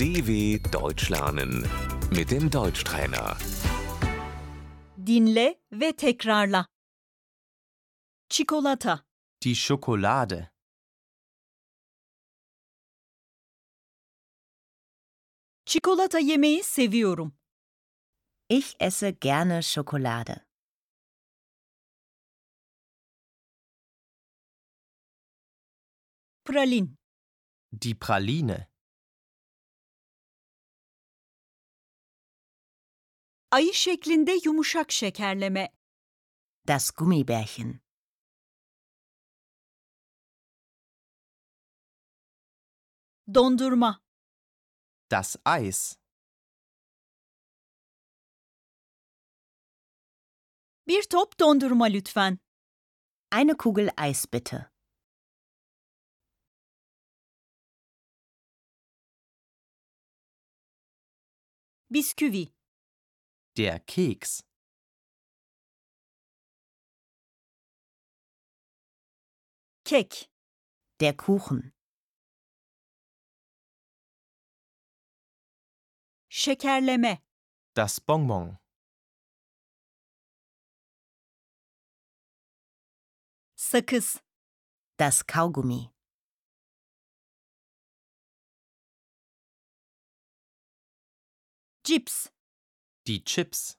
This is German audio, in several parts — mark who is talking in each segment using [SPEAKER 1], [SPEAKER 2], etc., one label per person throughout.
[SPEAKER 1] DW Deutsch lernen mit dem Deutschtrainer.
[SPEAKER 2] Dinle ve tekrarla. Çikolata,
[SPEAKER 3] Die Schokolade,
[SPEAKER 2] çikolata yemeyi seviyorum.
[SPEAKER 4] Ich esse gerne Schokolade.
[SPEAKER 2] Pralin,
[SPEAKER 3] die Praline,
[SPEAKER 2] ayı şeklinde yumuşak şekerleme,
[SPEAKER 4] Das Gummibärchen.
[SPEAKER 2] dondurma,
[SPEAKER 3] das Eis,
[SPEAKER 2] bir top dondurma lütfen.
[SPEAKER 4] Eine Kugel Eis bitte.
[SPEAKER 2] Bisküvi,
[SPEAKER 3] der Keks,
[SPEAKER 2] kek,
[SPEAKER 4] Der Kuchen.
[SPEAKER 2] şekerleme,
[SPEAKER 3] das Bonbon,
[SPEAKER 2] sakız,
[SPEAKER 4] Das Kaugummi.
[SPEAKER 2] cips,
[SPEAKER 3] die Chips,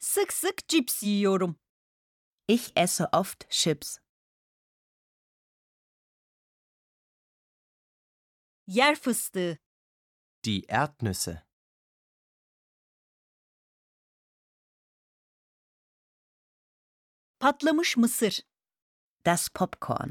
[SPEAKER 2] sık sık cips yiyorum.
[SPEAKER 4] Ich esse oft Chips.
[SPEAKER 2] Yer fıstığı,
[SPEAKER 3] die Erdnüsse,
[SPEAKER 2] patlamış mısır,
[SPEAKER 4] Das Popcorn.